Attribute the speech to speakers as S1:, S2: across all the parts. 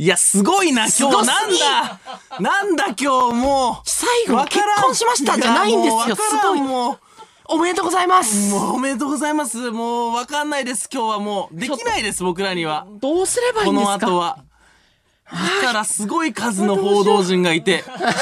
S1: いや、すごいな、今日。なんだなんだ、今日、もう。
S2: 最後に
S1: わ
S2: 結
S1: から
S2: 婚しましたじゃないんです
S1: やもう
S2: よ。
S1: わ
S2: す
S1: から
S2: ご
S1: ん
S2: い。
S1: もう。
S2: おめでとうございます。
S1: もうおめでとうございます。もうわかんないです。今日はもうできないです。僕らには
S2: どうすればいい
S1: こ
S2: んです
S1: の
S2: か
S1: 後は。見たらすごい数の報道陣がいて、
S2: もういっぱいい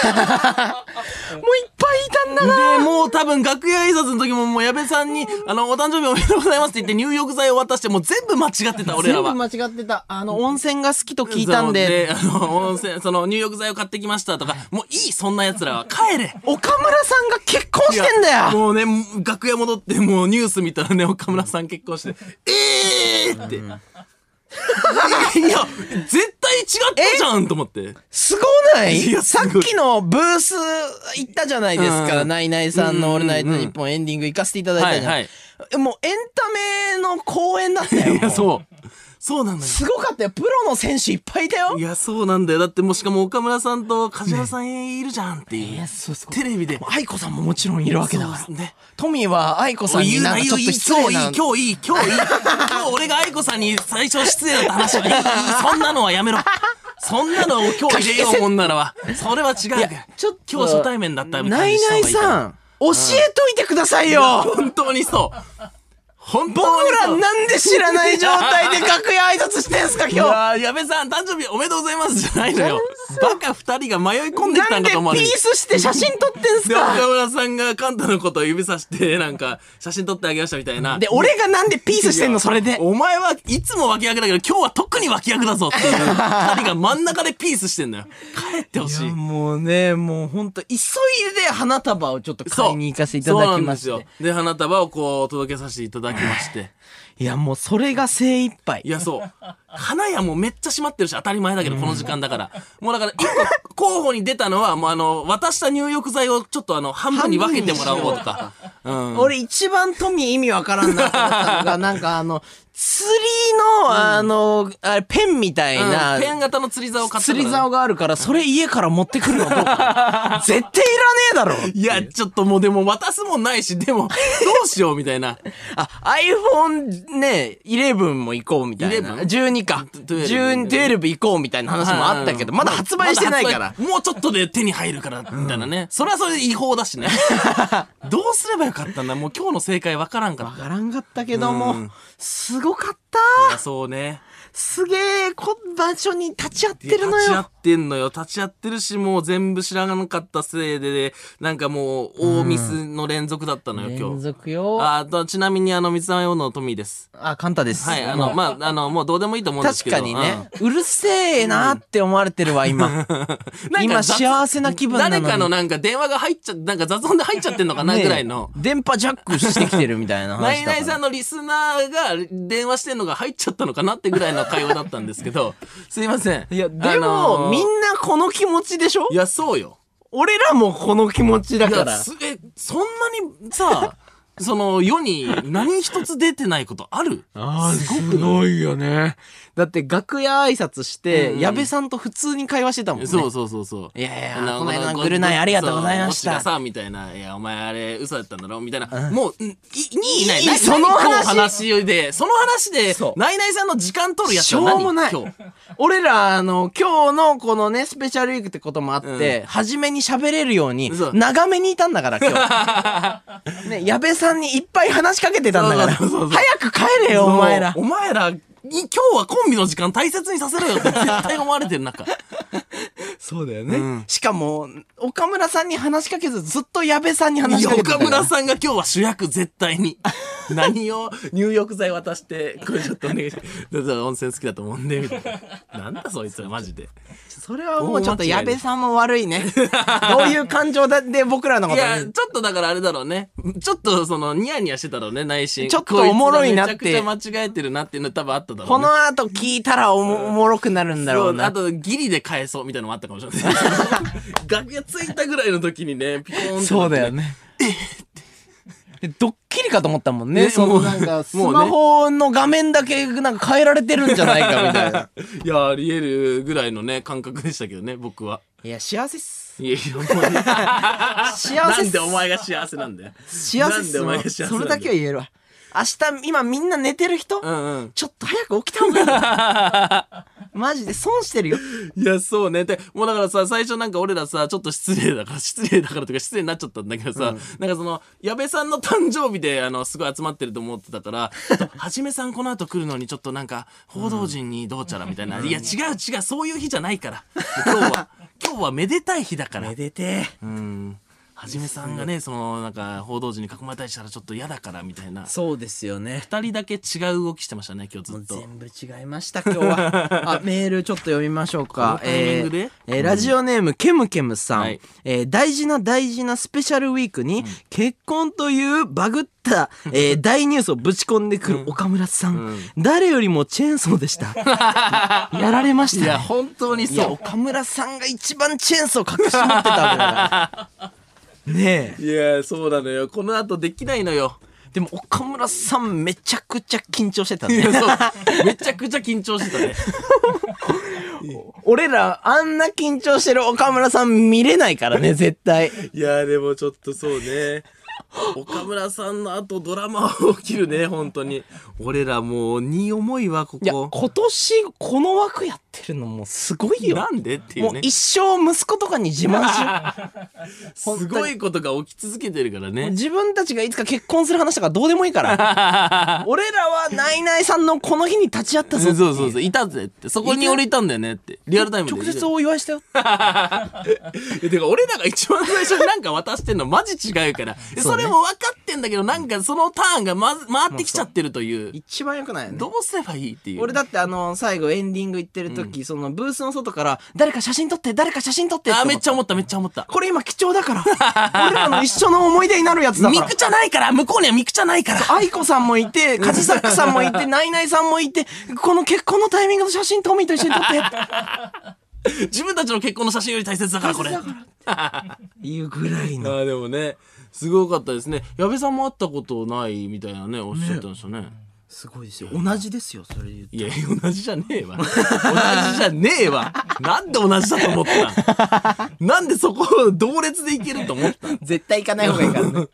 S2: たんだな。
S1: でもう多分楽屋挨拶の時ももう矢部さんにあのお誕生日おめでとうございますって言って入浴剤を渡してもう全部間違ってた俺
S2: 全
S1: ら
S2: 部
S1: は。
S2: 間違ってた。あの、温泉が好きと聞いたんで。
S1: あの温泉その入浴剤を買ってきましたとかもういいそんな奴らは帰れ。
S2: 岡村さんが結婚してんだよ
S1: もうね楽屋戻ってもうニュース見たらね岡村さん結婚して「ええー!」って、いや絶対違ったじゃんと思って
S2: すごない
S1: いやす
S2: さ
S1: ごい
S2: っきのブース行ったじゃないですか。
S1: うん
S2: ナイナイさんのオールナイトニッポンエンディング行かせていただいたじゃん。
S1: はいはい
S2: もうエンタメの公演だったよ。
S1: いやそうそうなんだよ
S2: すごかったよ。プロの選手いっぱいいたよ
S1: い。やそうなんだよだってもうしかも岡村さんと梶原さんいるじゃんっていう、
S2: そうそう
S1: テレビで
S2: 愛子さんももちろんいるわけだから。
S1: そうね
S2: トミーは愛子さんに
S1: 言う
S2: なん
S1: な
S2: かち
S1: 言
S2: ょ
S1: う
S2: っ
S1: い
S2: と
S1: い
S2: 失
S1: 今
S2: 礼
S1: 日いい
S2: な。
S1: 今日いい今日いい今日俺が愛子さんに最初失礼だって話はいいいいそんなのはやめろそんなのを今日入れようもんならはそれは違うから
S2: ちょっと
S1: 今日初対面だったみた
S2: ナ
S1: いに
S2: イ
S1: した
S2: ナ
S1: 方
S2: イ
S1: がいいから
S2: さん、教えといてくださいよ
S1: 本当にそう。本
S2: 僕
S1: 当に
S2: ら
S1: そう。
S2: なんで知らない状態で楽屋挨拶してんすか
S1: いや
S2: 今
S1: ー矢部さん、誕生日おめでとうございますじゃないのよ。バカ二人が迷い込ん
S2: 日
S1: でき
S2: な
S1: たんだ
S2: んでピ
S1: と思わ
S2: ー
S1: れる。
S2: スして写真撮ってんす
S1: で、
S2: か
S1: 岡村さんがカンタのことを指さして、なんか、写真撮ってあげましたみたいな。
S2: で、俺がなんでピースしてんのそれで。
S1: お前はいつも脇役だけど、今日は特に脇役だぞっていう。二人が真ん中でピースしてんだよ。帰ってほしい。
S2: もうね、もうほんと、急いで花束をちょっと
S1: そう
S2: 買いに行かせていただきまし
S1: そうなん
S2: て
S1: で。すよ。で、花束をこう、届けさせていただきまして。
S2: いや、もうそれが精一杯
S1: い。や、そう。花屋もめっちゃ閉まってるし、当たり前だけど、この時間だから。もうだから、一個候補に出たのは、もうあの、渡した入浴剤をちょっとあの、半分に分けてもらおうとか。うん。
S2: 俺一番トミー意味わからんなと思ったのが、なんかあの、釣りの、あの、あれ、ペンみたいな、
S1: うんペン型の釣り竿買ったか
S2: 釣
S1: ら
S2: り竿があるから、それ家から持ってくるのどう か絶対いらねえだろ
S1: いや、ちょっともうでも渡すもんないし、でも、どうしようみたいな。
S2: あ、iPhone ね、11も行こうみたいな。12か。
S1: 12
S2: 12、12行こうみたいな話もあったけど、まだ発売してないか
S1: まだ
S2: ら
S1: 発。売もうちょっとで手に入るから、みたいなね。それはそれで違法だし ね。どうすればよかったんだもう今日の正解わからんか った
S2: わからんかったけど
S1: う
S2: も
S1: ん、
S2: すごかった。
S1: いや。そうね。
S2: すげえ、こ場所に立ち会ってるの
S1: 立ち会
S2: よ。
S1: ってんのよ。立ち会ってるし、もう全部知らなかったせいで、なんかもう、大ミスの連続だったのよ、今日。
S2: 続よあ、
S1: ああと、ちなみに、あの、三沢洋のトミーです。
S2: カンタです。
S1: はい、あの、まあ、あの、もうどうでもいいと思うんです
S2: 確
S1: けど。
S2: かにね、うるせえなって思われてるわ、 今。
S1: うん。なんか
S2: 今
S1: 雑
S2: 幸せな気分なのに
S1: 誰かのなんか電話が入っちゃ、なんか雑音で入っちゃってんのかな、ぐらいの
S2: ね。え電波ジャックしてきてるみたいな
S1: ナ
S2: 話
S1: イ
S2: だ
S1: ナ
S2: か
S1: イさ
S2: ら。
S1: んのリスナーが電話してんのが入っちゃったのかなってぐらいの会話だったんですけど、 すいません。いや、
S2: でも、み
S1: な、
S2: んなこの気持ちでしょ
S1: いや、そうよ。
S2: 俺らもこの気持ちだ
S1: い
S2: か
S1: や
S2: ら。
S1: すえそんなにさその世に何一つ出てないことある
S2: あーすごいよね。だって楽屋挨拶して、
S1: うん
S2: 矢部さんと普通に会話してたもんね。
S1: そうそうそうそう
S2: いやいや
S1: あ
S2: この間の
S1: ご
S2: ぐるナイありがとうございました
S1: そうこっちがさみたいな「いやお前あれ嘘だったんだろ」みたいな、もうんいいいない
S2: い
S1: ない
S2: その話
S1: 何こ話でその話で
S2: そう
S1: ナイナイさんの時間取るやつ
S2: し
S1: は
S2: ょ
S1: 何
S2: うもない
S1: 今日。
S2: 俺ら、あの、今日のこのね、スペシャルウィークってこともあって、初めに喋れるように
S1: そう、
S2: 長めにいたんだから、今 日。ね、矢部さんにいっぱい話しかけてたんだから、
S1: そうそうそうそう
S2: 早く帰れよ、お前ら
S1: そう。お前らい今日はコンビの時間大切にさせろよって絶対思われてる中
S2: そうだよね
S1: うん
S2: しかも、岡村さんに話しかけず、ずっと矢部さんに話
S1: い
S2: し
S1: や
S2: かけてた
S1: 岡
S2: から。
S1: 村さんが今日は主役絶対 に何を入浴剤渡してこれちょっとお願いしてだから温泉好きだと思うんでみたいななんだそいつらマジで
S2: それはもうちょっと矢部さんも悪いね。 どういう感情だって僕らのこ
S1: い
S2: と
S1: やち
S2: に
S1: ょ。っとだからあれだろうねちょっとそのニヤニヤしてたろうね内心
S2: ちょっとおもろいなって
S1: こいつらめちゃくちゃ間違えてるなっていうの多分あっただろうね
S2: この後聞いたらおもおもろくなるんだろう
S1: そうあ
S2: な。
S1: とギリで返そうみたいなのもあったかもしれ ない楽屋着いたぐらいの時にねピコーンってなってね
S2: そうだよね。でドッキリかと思ったもんね。
S1: ね
S2: そ
S1: も
S2: の
S1: う
S2: な
S1: も
S2: ん
S1: うね
S2: か、スマホの画面だけなんか変えられてるんじゃないかみたい な。
S1: いやありえるぐらいのね感覚でしたけどね僕はい
S2: や、幸せっす。
S1: いやいやもうね
S2: 幸
S1: な
S2: せっす。
S1: んでお前が幸せなんだよ。
S2: 幸せっ
S1: なんでお前が幸せ
S2: す。
S1: なんだよ
S2: それだけは言えるわ。明日今みんな寝てる人、
S1: うんうん。
S2: ちょっと早く起きた方がいいよ マジで損してるよ。
S1: いや、そうね。で、もうだからさ、最初なんか俺らさ、ちょっと失礼だから、 失礼だからというか失礼になっちゃったんだけどさ、なんかその、矢部さんの誕生日で、あの、すごい集まってると思ってた から、ちょっとはじめさんこの後来るのにちょっとなんか、報道陣にどうちゃらみたいな。いや、違う違う、そういう日じゃないから。今日 は、今日はめでたい日だから
S2: め。でてえ
S1: うん。はじめさんがね、その、なんか、報道陣に囲まれたりしたらちょっと嫌だから、みたいな。
S2: そうですよね。
S1: 二人だけ違う動きしてましたね、今日ずっと。
S2: 全部違いました今日は あメールちょっと読みましょうか
S1: このタイミングで
S2: えーえーラジオネームケムケムさん、
S1: はい
S2: えー大事な大事なスペシャルウィークに、結婚というバ グった、えー大ニュースをぶち込んでくる岡村さん、誰よりもチェーンソー でしたやられました
S1: い
S2: ね
S1: や、本当に
S2: いや
S1: そ
S2: 岡村さんが一番チェーンソー隠し持ってたわけだから ねえ
S1: う。いや、そうなのよ。この後できないのよ。
S2: でも岡村さんめちゃくちゃ緊張してた
S1: い
S2: ね
S1: やそうめちゃくちゃ緊張してたね。
S2: 俺らあんな緊張してる岡村さん見れない からね絶対
S1: いやでもちょっとそうね。岡村さんの後ドラマを起きるね、本当に。俺らもう、に思いはこ
S2: いや
S1: こ。
S2: 今年この枠やってるのもうすごいよ
S1: なんでってい
S2: も
S1: う
S2: う
S1: ね。
S2: 一生息子とかに自慢しよ 当に
S1: すごいことが起き続けてるから
S2: う
S1: ね。
S2: 自分たちがいつか結婚する話とかどうでもいいから 俺らはナイナイさんのこの日に立ち会ったぞ
S1: そう
S2: ってい
S1: そうそう、いたぜって。そこに俺いたんだよねって。リアルタイムで。
S2: 直接お祝いしたよ
S1: えてか俺らが一番最初になんか渡してんのマジ違うから。え それも分かってんだけど、なんかそのターンがま、回ってきちゃってるという。
S2: 一番良くないよね
S1: どうすればいいっていう。
S2: 俺だってあの最後エンディング行ってる時、そのブースの外から誰か写真撮って誰か写真撮ってって
S1: あ、
S2: 思
S1: め
S2: っ
S1: っちゃ思った、めっちゃ思った。
S2: これ今貴重だから俺らの一生の思い出になるやつだか
S1: ミ
S2: ら
S1: クじゃないから向こうにはミクじゃないから
S2: 愛子さんもいて、カジサックさんもい て、ナイナイさんもいて、この結婚のタイミングの写真トミーと一緒に撮って。
S1: 自分たちの結婚の写真より大切だからこれ。
S2: いうぐらいの。
S1: あでもね、すごかったですね。矢部さんも会ったことないみたいなね、おっしゃってましたね。
S2: すごいですよ。同じですよ、それ言うと
S1: いや、同じじゃねえわ。同じじゃねえわ。なんで同じだと思ったのなんでそこを同列でいけると思ったの
S2: 絶対行かない方がいいからね。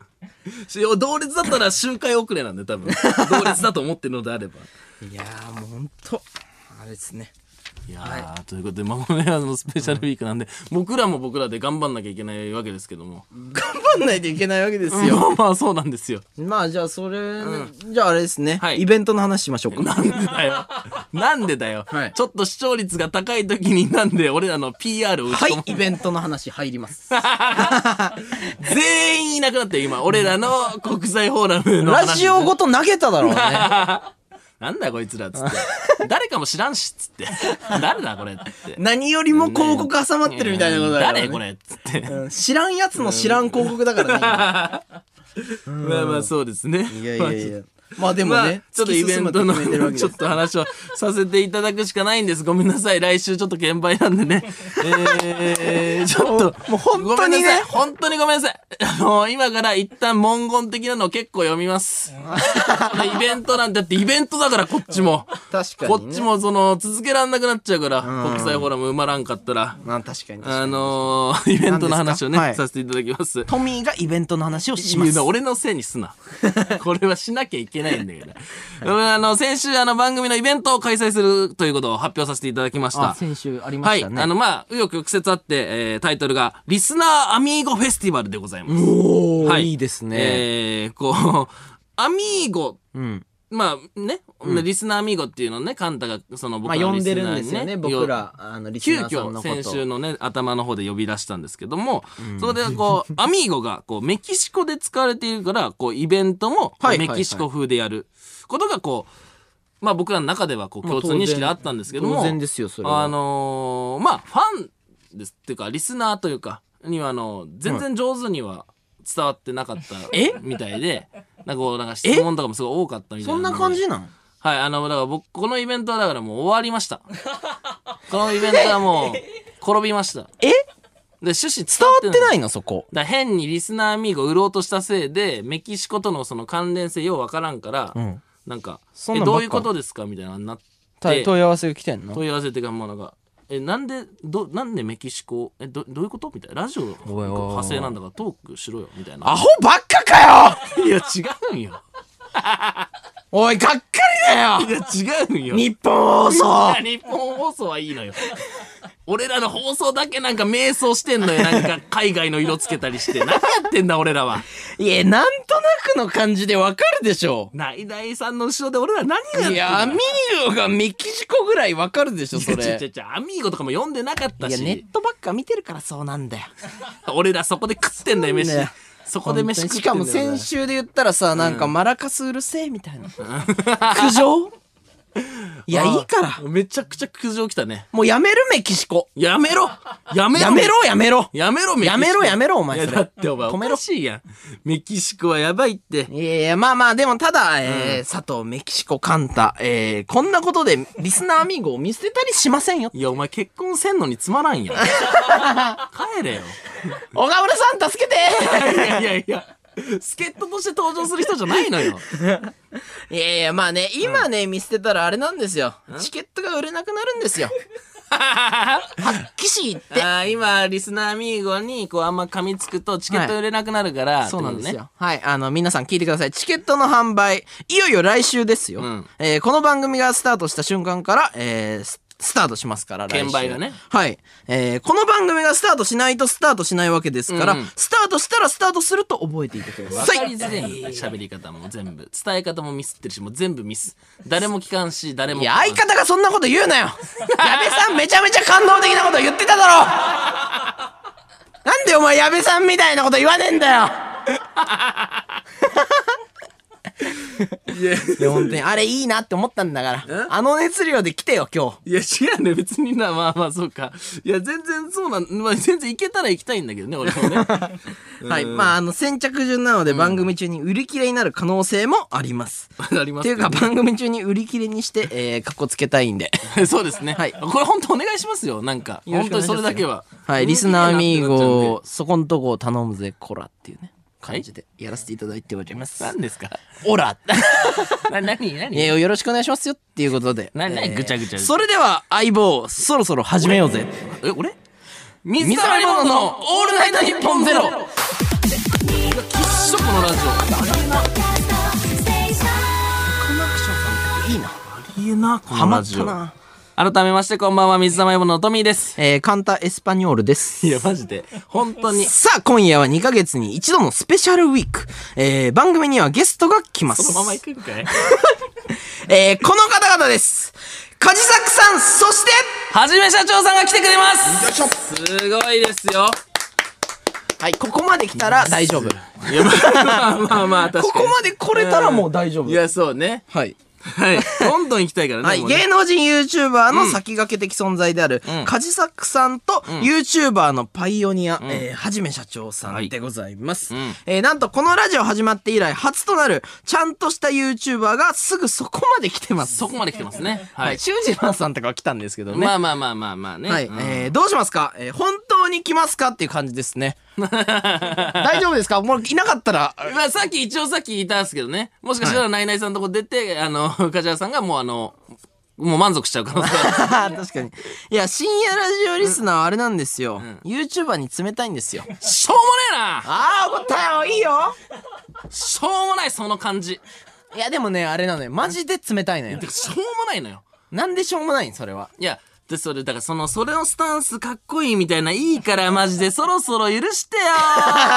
S1: し同列だったら周回遅れなんで多分。同列だと思ってるのであれば。
S2: いやー、もうほんと、あれですね。
S1: いやー、ということで、まあ、ね、あの、スペシャルウィークなんで、僕らも僕らで頑張んなきゃいけないわけですけども。
S2: 頑張んないといけないわけですよ。
S1: まあまあ、そうなんですよ。
S2: まあ、じゃあ、それ、じゃああれですね、
S1: はい
S2: イベントの話しましょ うか。
S1: なんでだよ。なんでだよ、
S2: はい
S1: ちょっと視聴率が高い時になんで俺らの PR を打ち
S2: は
S1: 込む、
S2: い、 イベントの話入ります。
S1: 全員いなくなったよ、今。俺ら の国際フォーラムの話。
S2: ラジオごと投げただろうね。
S1: なんだこいつらっつって。誰かも知らんしっつって。誰だこれっつって。
S2: 何よりも広告挟まってるみたいなことだから、ね。
S1: 誰これっつって。
S2: うん知らんやつの知らん広告だからね。今
S1: まあまあそうですね。
S2: いやいやいや。まあで
S1: で
S2: も
S1: も
S2: ね
S1: ね、、ちょっとイベントの
S2: 突き進むと決めてるわけで
S1: ちょっと話をさせていただくしかないんです。ごめんなさい。来週ちょっと現場なんで ね。えー、ちょっと。
S2: もう本当
S1: ごめん
S2: にね
S1: なさい本当にごめんなさい。 あの今から一旦文言的なのを結構読み ます。イベントなんて、だってイベントだからこっちも。
S2: す。確か
S1: こ
S2: に、ね。
S1: っち。もその、続けらんなくなっちゃうから、国際フォーラム埋まらんかったら。
S2: まあ確かに確かに。
S1: あの ー、イベントの話をね、
S2: 何ですかは
S1: させていただきます。
S2: トミーがイベントの話をし
S1: い
S2: ま
S1: や
S2: す。
S1: 俺のせいにす な。これはしなきゃいけないんだけど。俺あの、先週、あの、番組のイベントを開催するということを発表させていただきました。
S2: あ先週ありま
S1: は
S2: し
S1: い。
S2: た
S1: あ
S2: ね。
S1: の、まあ、右翼曲折あって、えータイトルが、リスナーアミーゴフェスティバルでございます。
S2: おー、
S1: はい
S2: い、いですね。
S1: えー、こう、 アミーゴ、
S2: うん。
S1: まあね、リスナーアミーゴっていうのをね、カンタが、その僕
S2: まあ
S1: らの
S2: 呼
S1: リ
S2: ん
S1: ス
S2: で
S1: ナーに、
S2: るんですよね、僕ら、あの、リス
S1: 急
S2: ナーさん
S1: 遽
S2: のこと。
S1: 先週のね頭の方で呼び出したんですけども、そこでこ うアミーゴがこうメキシコで使われているからこうイベントも
S2: はい
S1: メキシコ風でやることがこう、まあ、僕らの中ではこう
S2: まあ
S1: 共通認識であったんですけども
S2: 当然ですよ、それは。
S1: あのーまあファンですっていうかリスナーというかにはあの全然上手には伝わってなかったみたいで。なんかこうなんか質問とかもすごい多かったみたい
S2: そ
S1: なんので
S2: な感じなん
S1: はい、あの、だから僕、このイベントはだからもう終わりま した。このイベントはもう、転びました。
S2: え
S1: で、趣旨伝
S2: 伝わ
S1: わってな
S2: っ
S1: い。
S2: て
S1: だか
S2: ないの、そこ。
S1: ら変にリスナーミーゴ売ろうとしたせいで、メキシコとのその関連性ようわからんから、
S2: ん
S1: なんか、
S2: そん
S1: え、
S2: なんば
S1: ど
S2: っか
S1: ういうことですかみたいなのになって、
S2: た問い合わせが来てんの
S1: 問い合わせっていうかもうなんか、え、なんで、ど、なんでメキシコ、え、ど、どういうことみたいな。ラジオ
S2: ごめん
S1: 派生なんだからトークしろよ、みたいな。
S2: アホばっかかよ
S1: いや、違うんよ。
S2: おい、がっかりだよ
S1: いや違うんよ
S2: 日本放送
S1: 日本放送はいいのよ俺らの放送だけなんか迷走してんのよなんか海外の色つけたりして何やってんだ俺らはい
S2: や、なんとなくの感じでわかるでしょ。
S1: ナイナイさんの後ろで俺ら何が
S2: いや、
S1: や
S2: ア
S1: って
S2: ミーゴがメキシコぐらいわかるでしょ、そ
S1: んだ
S2: れ。
S1: ちょちょちょアミーゴとかも読んでなかった
S2: いや、
S1: し、
S2: ネットばっか見てるからそうなんだよ。
S1: 俺らそこで食ってんだよ飯
S2: そうなんだよ
S1: そこで飯食って
S2: し
S1: んだ
S2: か
S1: よ
S2: も先週で言ったらさ、なんかマラカスうるせえみたいな。苦情いや、
S1: ああ
S2: いいから。
S1: めちゃくちゃ苦情きたね
S2: もうやめるメキシコ。
S1: やめろやめろ
S2: やめろやめろ
S1: やめろメキシコ
S2: やめろやめろお前
S1: いや
S2: それ
S1: だってお前
S2: 止
S1: お
S2: め
S1: か
S2: ろ
S1: しいやんメキシコはやばいって
S2: いやいや、まあまあ、でもただ、えー佐藤、メキシコ、カンタ、えー、こんなことでリスナーアミーゴを見捨てたりしませんよ。
S1: いやお前結婚せんのにつまらんやん帰れよ
S2: 小川村さん、助けて
S1: いやいやいや助っ人として登場する人じゃないの よ
S2: いやいや、まあね、今ね、見捨てたらあれなんですよ。チケットが売れなくなる んですよ。騎士行って。
S1: あー今リスナーアミーゴにこうあんま噛みつくとチケット売れなくなるから、
S2: そうなんです
S1: ってこ
S2: よ。はい。あの、皆さん聞いてください。チケットの販売、いよいよ来週ですよ。
S1: ん
S2: えーこの番組がスタートした瞬間から、えーススタートしますから、来週。
S1: 券売がね。
S2: はい。えーこの番組がスタートしないとスタートしないわけですから、
S1: うん
S2: スタートしたらスタートすると覚えていてくだ
S1: とねわ
S2: さい。
S1: かりづらいんだよ喋り方も全部伝え方もミスってるしもう全部ミス誰も聞かんし誰も
S2: い
S1: 聞
S2: や、
S1: かん
S2: 相方がそんなこと言うなよ矢部さんめちゃめちゃ感動的なこと言ってただろなんでお前矢部さんみたいなこと言わねえんだよいや本当にあれいいなって思ったんだからあの熱量で来てよ今日
S1: いや、違うんだよ。別にな、まあまあ、そうか。いや、全然そうなん、まあ、全然行けたら行きたいんだけどね、俺 もね。
S2: はいまああの先着順なので番組中に売り切れになる可能性もあります、
S1: ありま
S2: ってい
S1: す
S2: うか番組中に売り切れにして、えー、かっこつけたいんで
S1: か、 そうですね。
S2: はい
S1: これ本当お願いしますよ、なんか。
S2: よろし
S1: 本当に
S2: くお願
S1: そ
S2: いしますよ
S1: れだけは。
S2: はい、リスナーアミーゴ
S1: を。、
S2: そこんとこを頼むぜ、コラっていうね、感じでやらせていただいております。
S1: 何ですか
S2: オラ
S1: な、なに、ないに
S2: やよろしくお願いしますよっていうことで。
S1: ななぐちゃぐちゃ
S2: それでは、相棒、そろそろ始めようぜ。
S1: え、俺水
S2: 水
S1: 溜
S2: 溜
S1: り
S2: り
S1: ボ
S2: ボ
S1: ン
S2: ン
S1: ド
S2: ド
S1: の
S2: の
S1: オ
S2: オ
S1: ー
S2: ー
S1: ル
S2: ル
S1: ナ
S2: ナ
S1: イ
S2: イ
S1: トニッ
S2: トニッ
S1: ポ
S2: ポ
S1: ン
S2: ン
S1: ゼ
S2: ゼ
S1: ロ
S2: ロ
S1: 一緒このラジオ。
S2: いいな。
S1: いいな、こ
S2: ハマったな。
S1: 改めまして、こんばんは、水溜りボンドのトミーです。
S2: えー、カンタエスパニョールです。
S1: いや、マジで。本当に。
S2: さあ、今夜は2ヶ月に一度のスペシャルウィーク。えー、番組にはゲストが来ます。
S1: そのまま行くんかい
S2: えー、この方々です。カジサクさん、そして、
S1: はじめ社長さんが来てくれますすごいですよ
S2: はい、ここまで来たら大丈夫。
S1: いやまあまあまあまあ確
S2: こ
S1: かに
S2: こまで来れたらもう大丈夫
S1: い。やそうね
S2: はい。
S1: はいどんどん行きたいからね,、
S2: はい、
S1: もうね
S2: 芸能人 YouTuber の先駆け的存在である、
S1: ん
S2: カジサクさんと YouTuber のパイオニア、えーはじめ社長さんでございます、
S1: うん
S2: えーなんとこのラジオ始まって以来初となるちゃんとした YouTuber がすぐそこまで来てます
S1: そこまで来てますね
S2: は
S1: はいい、
S2: 修二郎さんとかは来たんですけどね、
S1: まあまあまあまあまあね、
S2: はい、
S1: うん
S2: えーどうしますか、えー本当に来ますかっていう感じで すね大丈夫ですかもういなかったら
S1: まあ、さっき一応さっき言ったんですけどねもしかしたらナイナイさんのとこ出てあの梶原さんがもうあのもう満足しちゃう可能性がある
S2: 確かにいや深夜ラジオリスナーはあれなんですよ、YouTuber に冷たいんですよ
S1: しょうもねえな
S2: ああ、怒ったよ、いいよ。
S1: しょうもないその感じ
S2: いや、でもね、あれなのよ。マジで冷たいのよ
S1: て。かしょうもないのよ
S2: なんでしょうもないん、それは。
S1: いや、で、それ、だからその、それのスタンスかっこいいみたいな、いいからマ ジでそろそろ許してよいいじ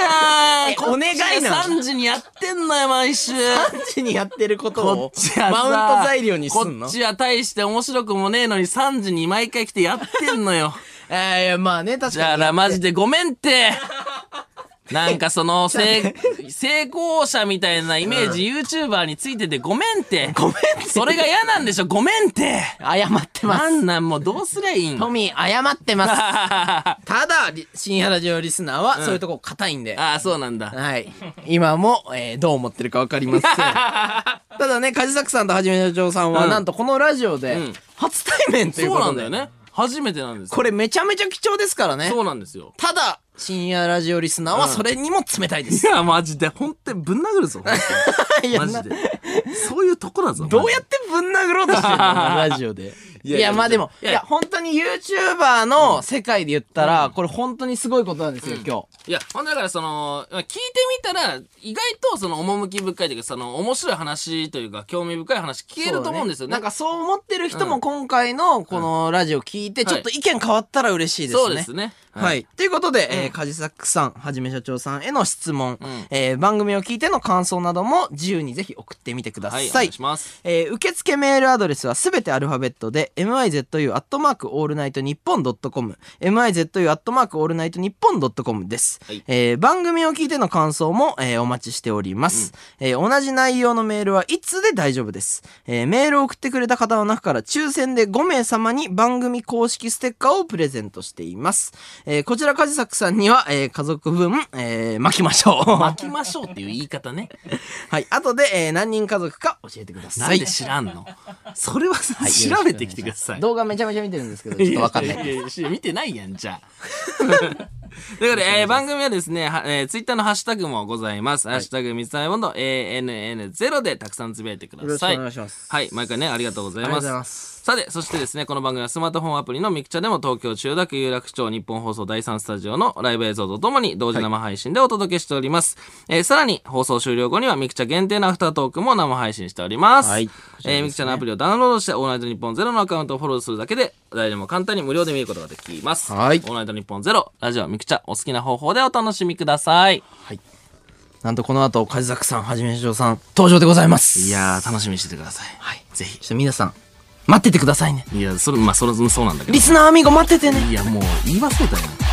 S1: ゃん
S2: えお願いなの
S1: 3時にやってんのよ、毎週
S2: 何時にやってること
S1: こ
S2: を
S1: っちはさ
S2: マウント材料にすんの
S1: こっちは大して面白くもねえのに3時に毎回来てやってんの よ
S2: えーいや、まあね、確
S1: だ
S2: か
S1: か
S2: に。
S1: らマジでごめんってなんかその成成功者みたいなイメージ YouTuber についててごめんって
S2: ごめんって
S1: それが嫌なんでしょごめんって
S2: 謝ってます。
S1: なんなんもうどうすりゃいいん
S2: トミー、謝ってます。ただ、り深夜ラジオリスナーは、そういうとこ硬いんで。
S1: ああ、そうなんだ。
S2: はい。今も、えーどう思ってるかわかり ません。ただね、梶作さんとはじめ社長さんは、
S1: うん
S2: なんとこのラジオで
S1: うん、
S2: 初対面という
S1: そう
S2: こ
S1: な
S2: と
S1: んだ
S2: で。
S1: よね。初めてなんですよ。
S2: これめちゃめちゃ貴重ですからね。
S1: そうなんです よ。
S2: ただ、深夜ラジオリスナーはそれにも冷た いです。
S1: いや、マジで、本当にぶん殴るぞ。
S2: いや
S1: マジで。そういうとこだぞ。
S2: どうやってぶん殴ろうとしてんのラジオで。いや、まあでも、い
S1: いや
S2: や、本当に YouTuber の世界で言ったら、これ本当にすごいことなんですよ、今
S1: いや、ほんでだからその、まあ聞いてみたら、意外とその、趣深いというか、その、面白い話というか、興味深い話聞
S2: 日。
S1: けると思うんですよね。
S2: なんかそう思ってる人も今回のこのラジオ聞いて、
S1: はい
S2: ちょっと意見変わったら嬉しいですね。
S1: そうですね。。
S2: はいい。ということで、えー、カジサックさん、はじめ社長さんへの質問、
S1: ん
S2: えー番組を聞いての感想なども自由にぜひ送ってみてくださ。
S1: はいい、お願いします。
S2: えー受付メールアドレスはすべてアルファベットで mizu.allnightnippon.com mizu.allnightnippon.com です、
S1: はい
S2: えー番組を聞いての感想も、えーお待ちしております、えー同じ内容のメールは1通で大丈夫です、えーメールを送ってくれた方の中から抽選で5名様に番組公式ステッカーをプレゼントしています、えーこちらカジサクさんには、えー家族分、えー巻きましょう
S1: 巻きましょうっていう言い方ね。
S2: はい後で、えー何人家族か教えてくだ
S1: な
S2: さ
S1: ん
S2: い
S1: で知らん のそれはさ
S2: はい
S1: 調べてきてください。
S2: 動画めちゃめちゃ見てるんですけど、ちょっとわかんない。
S1: いやいやいや見てないやん、じ ゃあ。ということで、えー番組はですね、はえー、ツイッターのハッシュタグもございます。ハッシュタグ、水溜りボンド、ANN0 でたくさんつぶやいてください。
S2: よろしくお願いします
S1: はい、毎回ね、ありがとうござい
S2: ありがとう
S1: ま
S2: ご
S1: す。
S2: ざいます
S1: さて、そしてですね、この番組はスマートフォンアプリのミクチャでも東京、千代田区、有楽町、日本放送第3スタジオのライブ映像とともに同時生配信でお届けしております。えーさらに、放送終了後にはミクチャ限定のアフタートークも生配信しております。
S2: はい
S1: こちらですねえーミクチャのアプリをダウンロードして、オールナイトニッポンゼロのアカウントをフォローするだけで、誰でも簡単に無料で見ることができます。
S2: はい
S1: オールナイトニッポンゼロ、ラジオ、ミクチャ、お好きな方法でお楽しみください。
S2: なんとこの後、カジザクさん、はじめしょうさん、登場でございます。
S1: いやー、楽しみにしててください。
S2: はい。ぜひ、ちょっと皆さん、待っててくださいね。
S1: いや、それ、まあ、それ、そうなんだけど
S2: リ。スナーアミーゴ待っててね。
S1: いや、もう、言い忘れたよ。